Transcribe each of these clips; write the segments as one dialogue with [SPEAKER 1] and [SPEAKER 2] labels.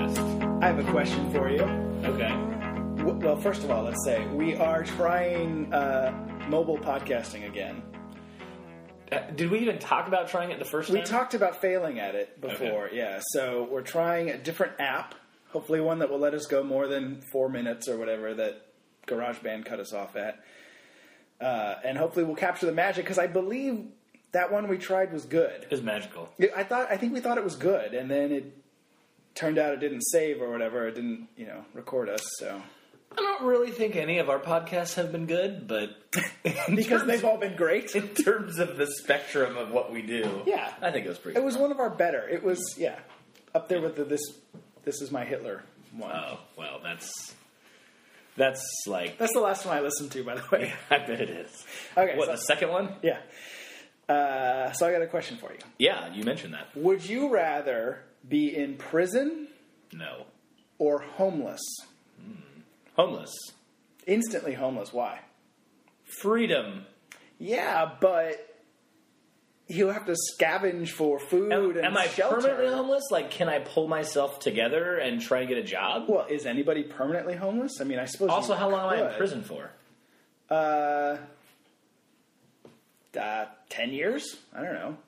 [SPEAKER 1] I have a question for you.
[SPEAKER 2] Okay.
[SPEAKER 1] W- Well, first of all, let's say we are trying uh, mobile podcasting again.
[SPEAKER 2] Uh, did we even talk about trying it the first
[SPEAKER 1] We
[SPEAKER 2] time?
[SPEAKER 1] talked about failing at it before, yeah. So we're trying a different app, hopefully one that will let us go more than four minutes or whatever that GarageBand cut us off at. Uh, and hopefully we'll capture the magic because I believe that one we tried was good.
[SPEAKER 2] It was magical.
[SPEAKER 1] Yeah, I thought I think we thought it was good, and then it turned out it didn't save or whatever. It didn't, you know, record us. So
[SPEAKER 2] I don't really think any of our podcasts have been good, but in
[SPEAKER 1] because
[SPEAKER 2] terms,
[SPEAKER 1] they've all been great.
[SPEAKER 2] in terms of the spectrum of what we do,
[SPEAKER 1] Yeah.
[SPEAKER 2] I think it was pretty.
[SPEAKER 1] It was one of our better. It was yeah, up there with the this this is my Hitler one.
[SPEAKER 2] Oh well, that's that's like
[SPEAKER 1] That's the last one I listened to, by the way.
[SPEAKER 2] I bet it is.
[SPEAKER 1] Okay,
[SPEAKER 2] what
[SPEAKER 1] so-
[SPEAKER 2] the second one?
[SPEAKER 1] Yeah. Uh, so I got a question for you.
[SPEAKER 2] Yeah, you mentioned that.
[SPEAKER 1] Would you rather be in prison
[SPEAKER 2] No,
[SPEAKER 1] or homeless?
[SPEAKER 2] homeless,
[SPEAKER 1] Instantly homeless. Why?
[SPEAKER 2] freedom,
[SPEAKER 1] Yeah, but you have to scavenge for food
[SPEAKER 2] Am,
[SPEAKER 1] and
[SPEAKER 2] am I
[SPEAKER 1] shelter.
[SPEAKER 2] permanently homeless? Like, can I pull myself together and try to get a job?
[SPEAKER 1] Well, is anybody permanently homeless? I mean, I suppose.
[SPEAKER 2] Also,
[SPEAKER 1] you
[SPEAKER 2] how long am I in
[SPEAKER 1] could.
[SPEAKER 2] prison for?
[SPEAKER 1] Uh, uh, ten years. I don't know.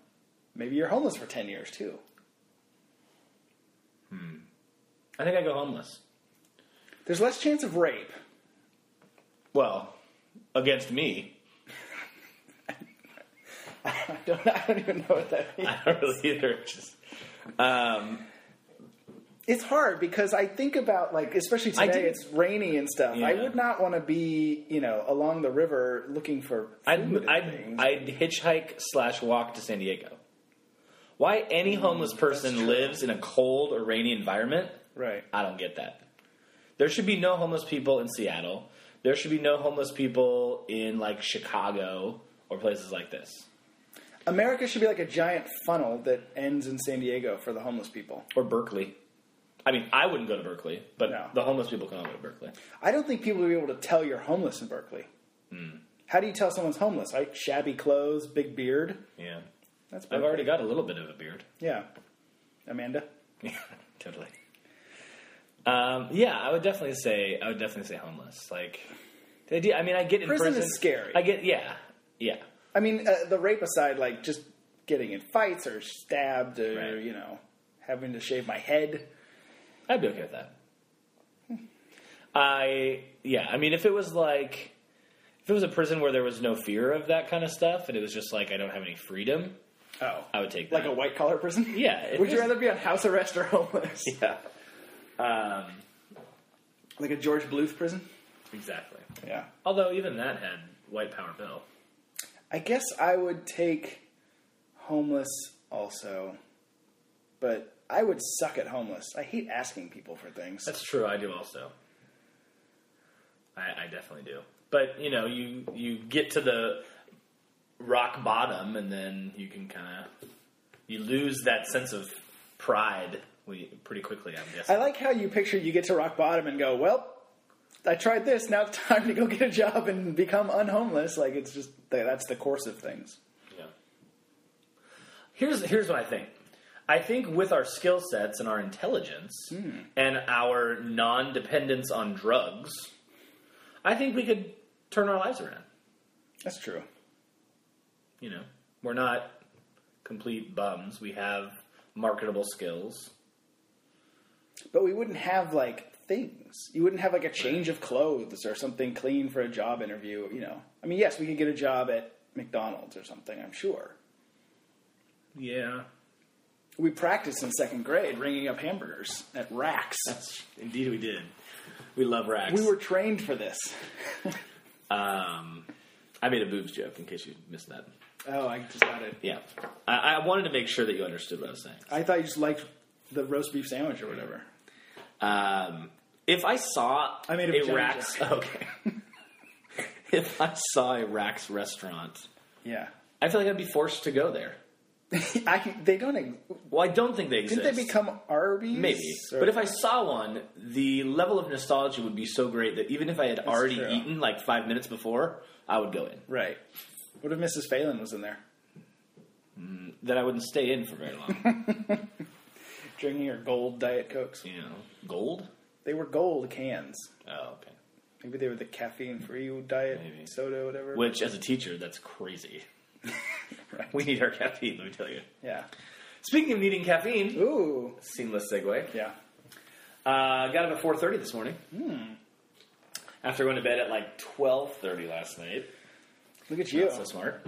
[SPEAKER 1] Maybe you're homeless for ten years too.
[SPEAKER 2] I think I go homeless.
[SPEAKER 1] There's less chance of rape.
[SPEAKER 2] Well, against me,
[SPEAKER 1] I don't. I don't even know what that means.
[SPEAKER 2] I don't really either. It's Just, um,
[SPEAKER 1] It's hard because I think about like, especially
[SPEAKER 2] I
[SPEAKER 1] today,
[SPEAKER 2] didn't-
[SPEAKER 1] it's rainy and stuff. I
[SPEAKER 2] Yeah.
[SPEAKER 1] would not want to be, you know, along the river looking for food
[SPEAKER 2] I'd,
[SPEAKER 1] and
[SPEAKER 2] I'd,
[SPEAKER 1] things.
[SPEAKER 2] I'd hitchhike slash walk to San Diego. Why any homeless person lives in a cold or rainy environment?
[SPEAKER 1] right.
[SPEAKER 2] I don't get that. There should be no homeless people in Seattle. There should be no homeless people in like Chicago or places like this,
[SPEAKER 1] America should be like a giant funnel that ends in San Diego for the homeless people.
[SPEAKER 2] or Berkeley. I mean, I wouldn't go to Berkeley, but
[SPEAKER 1] No.
[SPEAKER 2] the homeless people can all go to Berkeley.
[SPEAKER 1] I don't think people will be able to tell you're homeless in Berkeley.
[SPEAKER 2] Hmm.
[SPEAKER 1] How do you tell someone's homeless? Like shabby clothes, big beard.
[SPEAKER 2] Yeah,
[SPEAKER 1] That's
[SPEAKER 2] I've
[SPEAKER 1] Berkeley.
[SPEAKER 2] already got a little bit of a beard.
[SPEAKER 1] yeah. Amanda,
[SPEAKER 2] Yeah, totally. Um, yeah, I would definitely say I would definitely say homeless. Like the idea. I mean, I get in
[SPEAKER 1] Prison
[SPEAKER 2] prison,
[SPEAKER 1] is scary.
[SPEAKER 2] I get yeah, yeah.
[SPEAKER 1] I mean uh, the rape aside, like just getting in fights or stabbed or
[SPEAKER 2] Right.
[SPEAKER 1] you know having to shave my head.
[SPEAKER 2] I'd be okay with that. I yeah. I mean, if it was like if it was a prison where there was no fear of that kind of stuff, and it was just like I don't have any freedom,
[SPEAKER 1] Oh,
[SPEAKER 2] I would take that.
[SPEAKER 1] like a white collar prison.
[SPEAKER 2] Yeah, it
[SPEAKER 1] Would you
[SPEAKER 2] is-
[SPEAKER 1] rather be on house arrest or homeless?
[SPEAKER 2] yeah. Um,
[SPEAKER 1] Like a George Bluth prison?
[SPEAKER 2] exactly.
[SPEAKER 1] Yeah.
[SPEAKER 2] Although even that had white power bill.
[SPEAKER 1] I guess I would take homeless also, but I would suck at homeless. I hate asking people for things.
[SPEAKER 2] That's true. I do also. I, I definitely do. But you know, you you get to the rock bottom, and then you can kind of you lose that sense of pride we, pretty quickly. I'm guessing.
[SPEAKER 1] I like how you picture you get to rock bottom and go, well, I tried this. Now it's time to go get a job and become unhomeless. Like it's just that's the course of things.
[SPEAKER 2] Yeah. Here's here's what I think. I think with our skill sets and our intelligence and our non-dependence on drugs, I think we could turn our lives around.
[SPEAKER 1] That's true.
[SPEAKER 2] you know, we're not complete bums. We have marketable skills.
[SPEAKER 1] But we wouldn't have like things. You wouldn't have like a change of clothes or something clean for a job interview. You know, I mean, yes, we could get a job at McDonald's or something. I'm sure.
[SPEAKER 2] Yeah,
[SPEAKER 1] We practiced in second grade ringing up hamburgers at racks.
[SPEAKER 2] indeed, we did. We love racks.
[SPEAKER 1] We were trained for this.
[SPEAKER 2] Um, I made a boobs joke in case you missed that.
[SPEAKER 1] Oh, I just got it.
[SPEAKER 2] Yeah, I, I wanted to make sure that you understood what I was saying.
[SPEAKER 1] I thought you just liked the roast beef sandwich or whatever.
[SPEAKER 2] Um, if I saw
[SPEAKER 1] I made a vagina
[SPEAKER 2] racks, okay. if I saw a racks restaurant,
[SPEAKER 1] Yeah.
[SPEAKER 2] I feel like I'd be forced to go there.
[SPEAKER 1] I, they don't. Ex-
[SPEAKER 2] Well, I don't think they exist.
[SPEAKER 1] didn't they become Arby's?
[SPEAKER 2] Maybe.
[SPEAKER 1] Or-
[SPEAKER 2] But if I saw one, the level of nostalgia would be so great that even if I had already
[SPEAKER 1] true.
[SPEAKER 2] eaten like five minutes before, I would go in.
[SPEAKER 1] right. What if Mrs. Phelan was in there?
[SPEAKER 2] Then I wouldn't stay in for very long.
[SPEAKER 1] drinking your gold Diet Cokes.
[SPEAKER 2] You know, gold.
[SPEAKER 1] They were gold cans.
[SPEAKER 2] Oh, okay.
[SPEAKER 1] Maybe they were the caffeine free diet
[SPEAKER 2] Maybe.
[SPEAKER 1] soda, whatever.
[SPEAKER 2] Which, as a teacher, that's crazy.
[SPEAKER 1] Right.
[SPEAKER 2] We need our caffeine. Let me tell you.
[SPEAKER 1] yeah.
[SPEAKER 2] Speaking of needing caffeine,
[SPEAKER 1] Ooh.
[SPEAKER 2] seamless segue.
[SPEAKER 1] Yeah.
[SPEAKER 2] Uh, got up at four thirty this morning. After going to bed at like twelve thirty last night.
[SPEAKER 1] Look at you.
[SPEAKER 2] Not so smart.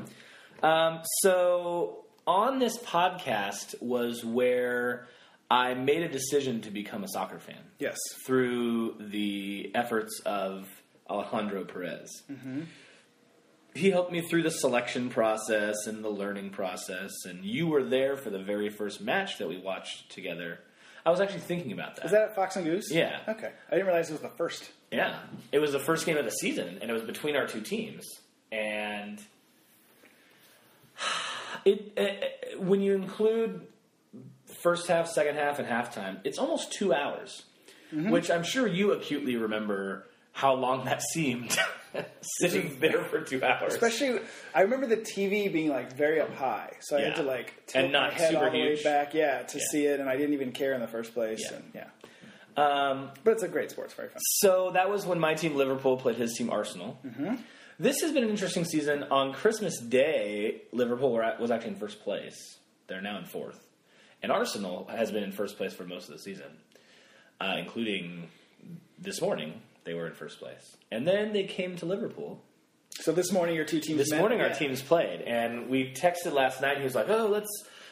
[SPEAKER 2] Um, so on this podcast was where I made a decision to become a soccer fan
[SPEAKER 1] Yes.
[SPEAKER 2] through the efforts of Alejandro Perez. He helped me through the selection process and the learning process, and you were there for the very first match that we watched together. I was actually thinking about that.
[SPEAKER 1] Is that Fox and Goose?
[SPEAKER 2] Yeah.
[SPEAKER 1] Okay. I didn't realize it was the first.
[SPEAKER 2] Yeah, it was the first game of the season, and it was between our two teams. And it, eh, eh, when you include first half, second half, and halftime, it's almost two hours, which I'm sure you acutely remember how long that seemed. Sitting there for two hours,
[SPEAKER 1] Especially, I remember the TV being like very up high, so I had
[SPEAKER 2] Yeah.
[SPEAKER 1] to like tilt
[SPEAKER 2] And not
[SPEAKER 1] my head
[SPEAKER 2] super
[SPEAKER 1] all the way
[SPEAKER 2] huge.
[SPEAKER 1] back, yeah, to
[SPEAKER 2] Yeah.
[SPEAKER 1] see it, and I didn't even care in the first place.
[SPEAKER 2] Yeah.
[SPEAKER 1] And, yeah.
[SPEAKER 2] um,
[SPEAKER 1] But it's a great sport. It's very fun.
[SPEAKER 2] So that was when my team Liverpool played his team Arsenal. This has been an interesting season. On Christmas Day, Liverpool were at, was actually in first place. They're now in fourth, and Arsenal has been in first place for most of the season, uh, including this morning. They were in first place, and then they came to Liverpool.
[SPEAKER 1] So this morning, your two teams.
[SPEAKER 2] This
[SPEAKER 1] met,
[SPEAKER 2] morning, our
[SPEAKER 1] yeah.
[SPEAKER 2] teams played, and we texted last night. He was like, "Oh, let's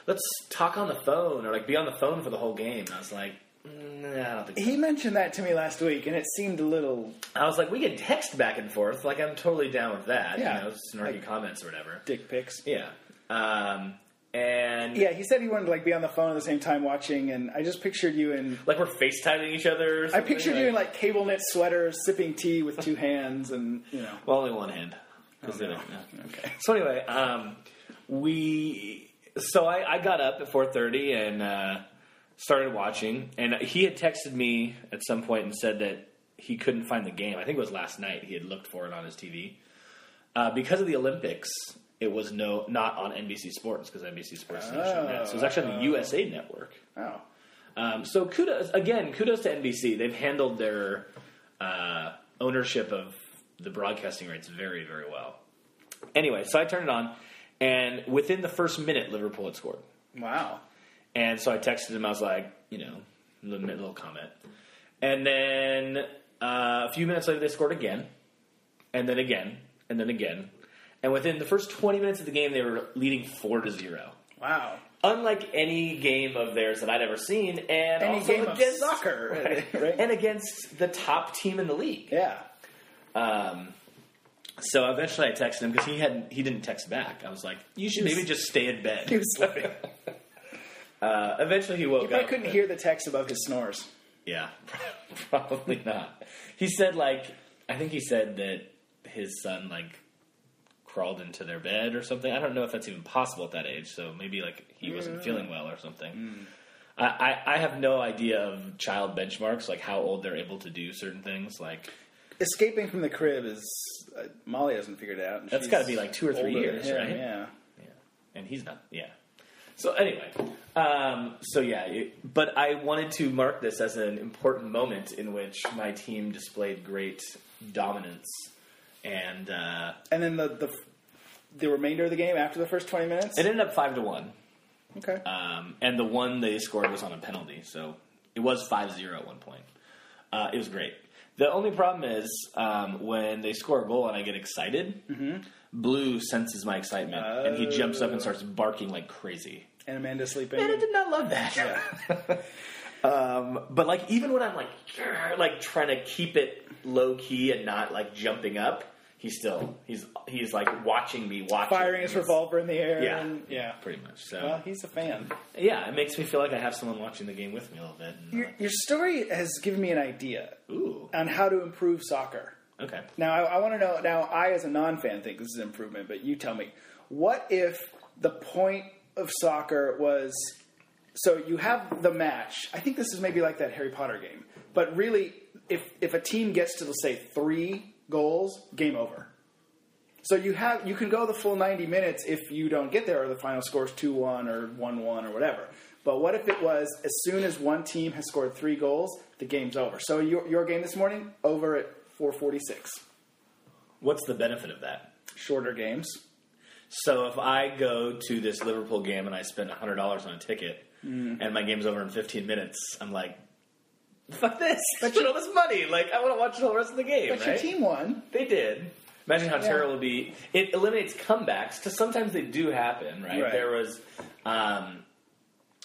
[SPEAKER 2] let's talk on the phone, or like be on the phone for the whole game." And I was like, "Mm, "Nah, I don't think." so."
[SPEAKER 1] He mentioned that to me last week, and it seemed a little
[SPEAKER 2] I was like, we can text back and forth. Like, I'm totally down with that.
[SPEAKER 1] Yeah.
[SPEAKER 2] You know, snarky comments or whatever.
[SPEAKER 1] dick pics.
[SPEAKER 2] Yeah. Um, and
[SPEAKER 1] Yeah, he said he wanted to like be on the phone at the same time watching, and I just pictured you in.
[SPEAKER 2] like we're FaceTiming each other. Or
[SPEAKER 1] I
[SPEAKER 2] something,
[SPEAKER 1] pictured
[SPEAKER 2] like,
[SPEAKER 1] you in like cable knit sweaters, sipping tea with two hands, and you know.
[SPEAKER 2] Well, only one hand. 'Cause they don't- yeah.
[SPEAKER 1] Okay.
[SPEAKER 2] So anyway, um, we. So I, I got up at 4:30 and uh, started watching. And he had texted me at some point and said that he couldn't find the game. I think it was last night. He had looked for it on his TV uh, because of the Olympics. It was no not on NBC Sports because NBC Sports didn't show that. So it was actually on the USA Network.
[SPEAKER 1] Oh,
[SPEAKER 2] Um, so kudos again, kudos to NBC. They've handled their uh, ownership of the broadcasting rights very, very well. Anyway, so I turned it on, and within the first minute, Liverpool had scored.
[SPEAKER 1] wow.
[SPEAKER 2] And so I texted him. I was like, you know, little, little comment. And then uh, a few minutes later, they scored again, and then again, and then again. And within the first 20 minutes of the game, they were leading four to zero
[SPEAKER 1] Wow.
[SPEAKER 2] unlike any game of theirs that I'd ever seen, and
[SPEAKER 1] Any
[SPEAKER 2] also
[SPEAKER 1] game of
[SPEAKER 2] against
[SPEAKER 1] soccer, right?
[SPEAKER 2] and against the top team in the league.
[SPEAKER 1] Yeah.
[SPEAKER 2] Um, so eventually, I texted him because he hadn't he didn't text back. I was like, "You should maybe just stay in
[SPEAKER 1] He
[SPEAKER 2] bed."
[SPEAKER 1] was sleeping.
[SPEAKER 2] Uh, eventually, he woke
[SPEAKER 1] I
[SPEAKER 2] up.
[SPEAKER 1] couldn't hear the text above his snores.
[SPEAKER 2] Yeah, probably not. He said like I think he said that his son like crawled into their bed or something. I don't know if that's even possible at that age. So maybe like he wasn't feeling well or something. I, I, I have no idea of child benchmarks, like how old they're able to do certain things. Like
[SPEAKER 1] Escaping from the crib is uh, Molly hasn't figured it out. and
[SPEAKER 2] That's
[SPEAKER 1] she's
[SPEAKER 2] gotta be like two or three
[SPEAKER 1] older
[SPEAKER 2] years,
[SPEAKER 1] than him,
[SPEAKER 2] right?
[SPEAKER 1] Yeah.
[SPEAKER 2] Yeah. And he's not. Yeah. So anyway, um, so yeah, it, but I wanted to mark this as an important moment in which my team displayed great dominance, and uh,
[SPEAKER 1] And then the, the the remainder of the game after the first twenty minutes.
[SPEAKER 2] it ended up five to one.
[SPEAKER 1] okay.
[SPEAKER 2] Um, and the one they scored was on a penalty, so it was 5-0 at one point. Uh, it was great. The only problem is um, when they score a goal and I get excited, Blue senses my excitement and he jumps up and starts barking like crazy.
[SPEAKER 1] and Amanda's sleeping.
[SPEAKER 2] And I did not love that. um, but like even when I'm like "Grr," like trying to keep it low key and not like jumping up, he's still he's he's like watching me watching
[SPEAKER 1] firing his revolver in the air.
[SPEAKER 2] Yeah,
[SPEAKER 1] and- yeah.
[SPEAKER 2] pretty much. So
[SPEAKER 1] Well, he's a fan.
[SPEAKER 2] yeah, it makes me feel like I have someone watching the game with me a little bit. And,
[SPEAKER 1] Your, your story has given me an idea
[SPEAKER 2] ooh,
[SPEAKER 1] on how to improve soccer.
[SPEAKER 2] okay.
[SPEAKER 1] Now, I, I want to know. Now, I as a non-fan think this is an improvement, but you tell me. What if the point of soccer was so you have the match? I think this is maybe like that Harry Potter game, but really, if if a team gets to let's say three goals, game over. So you have you can go the full ninety minutes if you don't get there, or the final score is two one or one one or whatever. But what if it was as soon as one team has scored three goals, the game's over? So your, your game this morning over at four forty six.
[SPEAKER 2] What's the benefit of that?
[SPEAKER 1] Shorter games.
[SPEAKER 2] So if I go to this Liverpool game and I spend hundred dollars on a ticket, and my game's over in fifteen minutes, I'm like, fuck this! I spent all this money. Like I want to watch the whole rest of the game.
[SPEAKER 1] But
[SPEAKER 2] right?
[SPEAKER 1] your team won.
[SPEAKER 2] They did. Imagine how terrible it would be. It eliminates comebacks because sometimes they do happen, right?
[SPEAKER 1] Right.
[SPEAKER 2] There was um,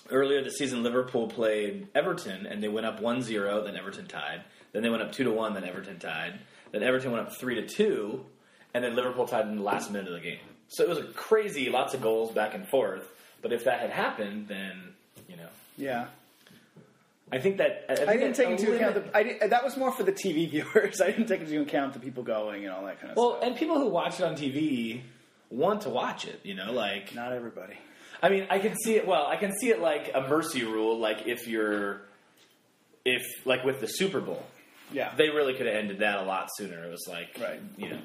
[SPEAKER 2] earlier this season Liverpool played Everton and they went up 1-0, then Everton tied. Then they went up two to one, then Everton tied. Then Everton went up three to two, and then Liverpool tied in the last minute of the game. So it was a crazy, lots of goals back and forth. But if that had happened, then you know,
[SPEAKER 1] Yeah.
[SPEAKER 2] I think that I, think
[SPEAKER 1] I didn't
[SPEAKER 2] that
[SPEAKER 1] take into account
[SPEAKER 2] elimin-
[SPEAKER 1] the. I did, that was more for the TV viewers. I didn't take into account the people going and all that kind of
[SPEAKER 2] well,
[SPEAKER 1] stuff.
[SPEAKER 2] and people who watch it on TV want to watch it. You know, like
[SPEAKER 1] Not everybody.
[SPEAKER 2] I mean, I can see it. Well, I can see it like a mercy rule. Like if you're, if like with the Super Bowl,
[SPEAKER 1] Yeah.
[SPEAKER 2] they really could have ended that a lot sooner. It was like,
[SPEAKER 1] Right.
[SPEAKER 2] you know.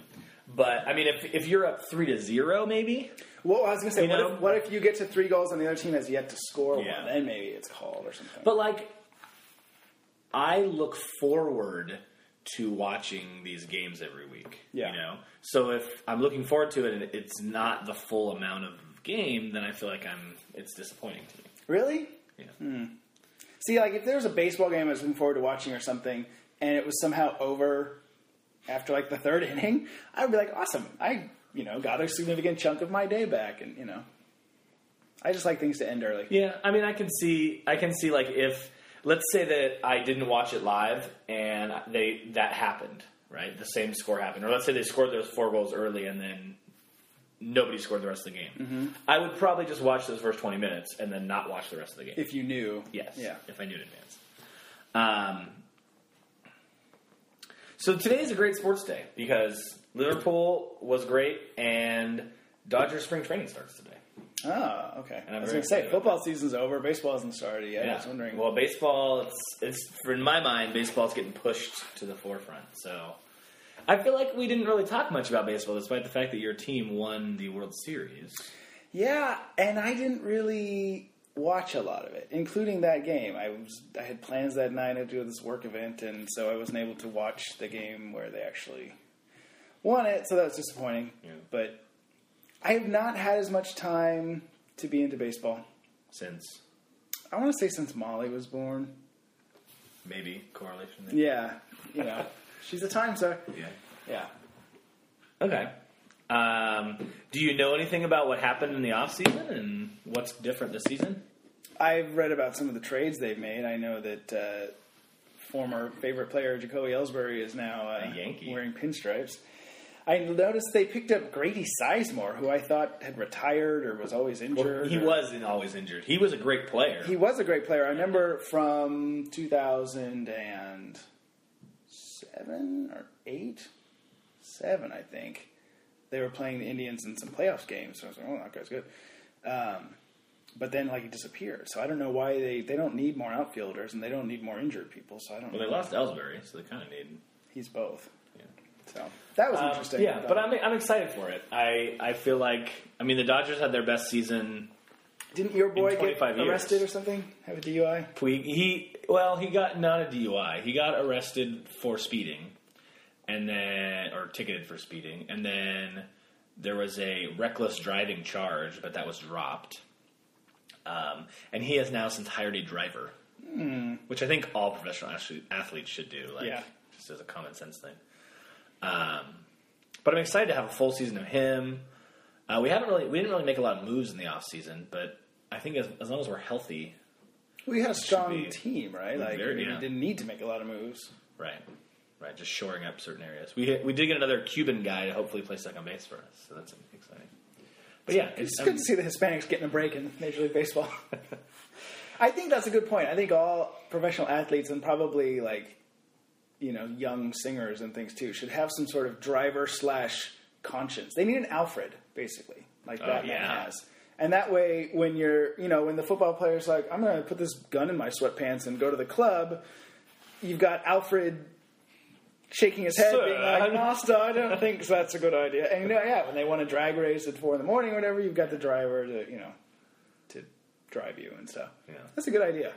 [SPEAKER 2] But I mean, if if you're up three to zero, maybe
[SPEAKER 1] well, I was gonna say,
[SPEAKER 2] You
[SPEAKER 1] what,
[SPEAKER 2] know?
[SPEAKER 1] if, what if you get to three goals and the other team has yet to score
[SPEAKER 2] Yeah.
[SPEAKER 1] one? Then maybe it's called or something.
[SPEAKER 2] But like, I look forward to watching these games every week.
[SPEAKER 1] Yeah.
[SPEAKER 2] You know, so if I'm looking forward to it and it's not the full amount of game, then I feel like I'm. It's disappointing to me.
[SPEAKER 1] really, Hmm.
[SPEAKER 2] Yeah.
[SPEAKER 1] See, like if there was a baseball game I was looking forward to watching or something, and it was somehow over after like the third inning, I would be like, awesome! I you know got a significant chunk of my day back, and you know, I just like things to end early.
[SPEAKER 2] Yeah, I mean, I can see, I can see, like if let's say that I didn't watch it live and they that happened, right? The same score happened, or let's say they scored those four goals early and then nobody scored the rest of the game. I would probably just watch those first twenty minutes and then not watch the rest of the game.
[SPEAKER 1] If you knew,
[SPEAKER 2] yes,
[SPEAKER 1] yeah,
[SPEAKER 2] if I knew in advance. Um, so today is a great sports day because Liverpool was great and Dodgers spring training starts today.
[SPEAKER 1] oh, okay.
[SPEAKER 2] And
[SPEAKER 1] I
[SPEAKER 2] I'm very
[SPEAKER 1] was gonna say
[SPEAKER 2] excited about
[SPEAKER 1] football season's over, baseball hasn't started yet. I was wondering.
[SPEAKER 2] Well, baseball, it's it's for in my mind, baseball's getting pushed to the forefront. So I feel like we didn't really talk much about baseball, despite the fact that your team won the World Series.
[SPEAKER 1] yeah, and I didn't really watch a lot of it, including that game. I was I had plans that night to do this work event, and so I wasn't able to watch the game where they actually won it. So that was disappointing.
[SPEAKER 2] Yeah.
[SPEAKER 1] But I have not had as much time to be into baseball.
[SPEAKER 2] Since
[SPEAKER 1] I want to say since Molly was born.
[SPEAKER 2] maybe correlation. There.
[SPEAKER 1] Yeah, you know, she's a time suck. Yeah.
[SPEAKER 2] Okay. Um, do you know anything about what happened in the off season and what's different this season?
[SPEAKER 1] I've read about some of the trades they've made. I know that uh, former favorite player Jacoby Ellsbury is now uh,
[SPEAKER 2] A Yankee.
[SPEAKER 1] wearing pinstripes. I noticed they picked up Grady Sizemore, who I thought had retired or was always injured.
[SPEAKER 2] He
[SPEAKER 1] or-
[SPEAKER 2] wasn't always injured. He was a great player.
[SPEAKER 1] He was a great player. I remember from 2007 or 8? 7, I think. They were playing the Indians in some playoffs games. So I was like, oh, that guy's good. Um, but then, like, he disappeared. So I don't know why they, they don't need more outfielders and they don't need more injured people. So I don't
[SPEAKER 2] well,
[SPEAKER 1] know.
[SPEAKER 2] they lost Ellsbury, so they kind of need.
[SPEAKER 1] He's both.
[SPEAKER 2] Yeah.
[SPEAKER 1] So that was
[SPEAKER 2] Um,
[SPEAKER 1] interesting.
[SPEAKER 2] Yeah, but I'm, I'm excited for it. I, I feel like I mean the Dodgers had their best season.
[SPEAKER 1] Didn't your boy get
[SPEAKER 2] 25 years.
[SPEAKER 1] arrested or something? Have a DUI?
[SPEAKER 2] Puig, he well he got not a DUI. He got arrested for speeding, and then or ticketed for speeding, and then there was a reckless driving charge, but that was dropped. Um, and he has now since hired a driver, which I think all professional athlete- athletes should do. Like,
[SPEAKER 1] Yeah.
[SPEAKER 2] just as a common sense thing. Um, but I'm excited to have a full season of him. Uh, we haven't really, we didn't really make a lot of moves in the off season, but I think as, as long as we're healthy,
[SPEAKER 1] We had a strong
[SPEAKER 2] be-
[SPEAKER 1] team, right? Like,
[SPEAKER 2] Very-
[SPEAKER 1] we
[SPEAKER 2] yeah.
[SPEAKER 1] didn't need to make a lot of moves.
[SPEAKER 2] Right. Right. Just shoring up certain areas. We we did get another Cuban guy to hopefully play second base for us, so that's exciting. But yeah, um,
[SPEAKER 1] It's good to see the Hispanics getting a break in Major League Baseball. I think that's a good point. I think all professional athletes and probably like you know young singers and things too should have some sort of driver slash conscience. They need an Alfred basically, like Batman
[SPEAKER 2] yeah.
[SPEAKER 1] has. And that way, when you're you know when the football player's like, I'm going to put this gun in my sweatpants and go to the club, you've got Alfred shaking his head, being like,
[SPEAKER 2] Son.
[SPEAKER 1] "Master, I don't think that's a good idea." And you know, yeah, when they want to drag race at four in the morning or whatever, you've got the driver to you know to drive you and stuff.
[SPEAKER 2] Yeah.
[SPEAKER 1] That's a good idea.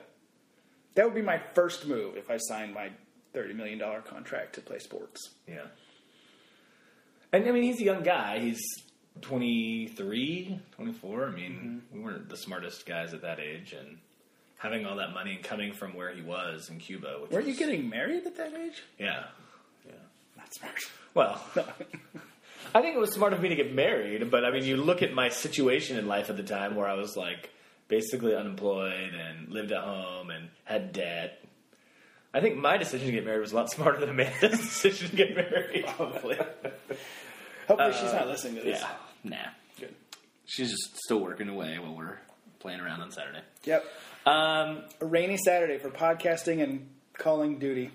[SPEAKER 1] That would be my first move if I signed my thirty million dollar contract to play sports.
[SPEAKER 2] Yeah. And I mean, he's a young guy. He's 23, 24. I mean,
[SPEAKER 1] Mm-hmm.
[SPEAKER 2] we weren't the smartest guys at that age. And having all that money and coming from where he was in Cuba. Which
[SPEAKER 1] Weren't you
[SPEAKER 2] was-
[SPEAKER 1] getting married at that age?
[SPEAKER 2] Yeah. Yeah.
[SPEAKER 1] Not smart.
[SPEAKER 2] Well, I think it was smart of me to get married, but I mean, you look at my situation in life at the time where I was like basically unemployed and lived at home and had debt. I think my decision to get married was a lot smarter than Amanda's decision to get married. Probably.
[SPEAKER 1] Hopefully, she's not listening to this.
[SPEAKER 2] Uh, Yeah. Nah.
[SPEAKER 1] Good.
[SPEAKER 2] She's just still working away while we're playing around on Saturday.
[SPEAKER 1] Yep.
[SPEAKER 2] Um,
[SPEAKER 1] A rainy Saturday for podcasting and calling duty.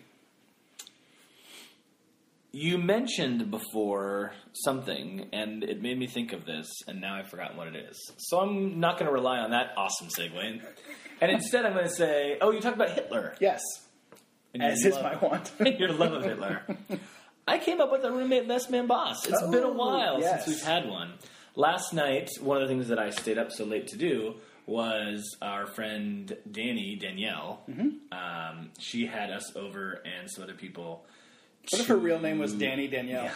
[SPEAKER 2] you mentioned before something, and it made me think of this, and now I've forgotten what it is. So I'm not going to rely on that awesome segue. And instead, I'm going to say, oh, you talked about Hitler.
[SPEAKER 1] Yes,
[SPEAKER 2] And
[SPEAKER 1] as
[SPEAKER 2] your
[SPEAKER 1] is my
[SPEAKER 2] Mm, love-
[SPEAKER 1] want.
[SPEAKER 2] Your love of Hitler. I came up with a roommate less man boss. It's been a
[SPEAKER 1] Oh,
[SPEAKER 2] while
[SPEAKER 1] yes.
[SPEAKER 2] since we've had one. Last night, one of the things that I stayed up so late to do was our friend Danny Danielle.
[SPEAKER 1] Mm-hmm.
[SPEAKER 2] Um, she had us over and some other people.
[SPEAKER 1] What if her real name was Danny Danielle?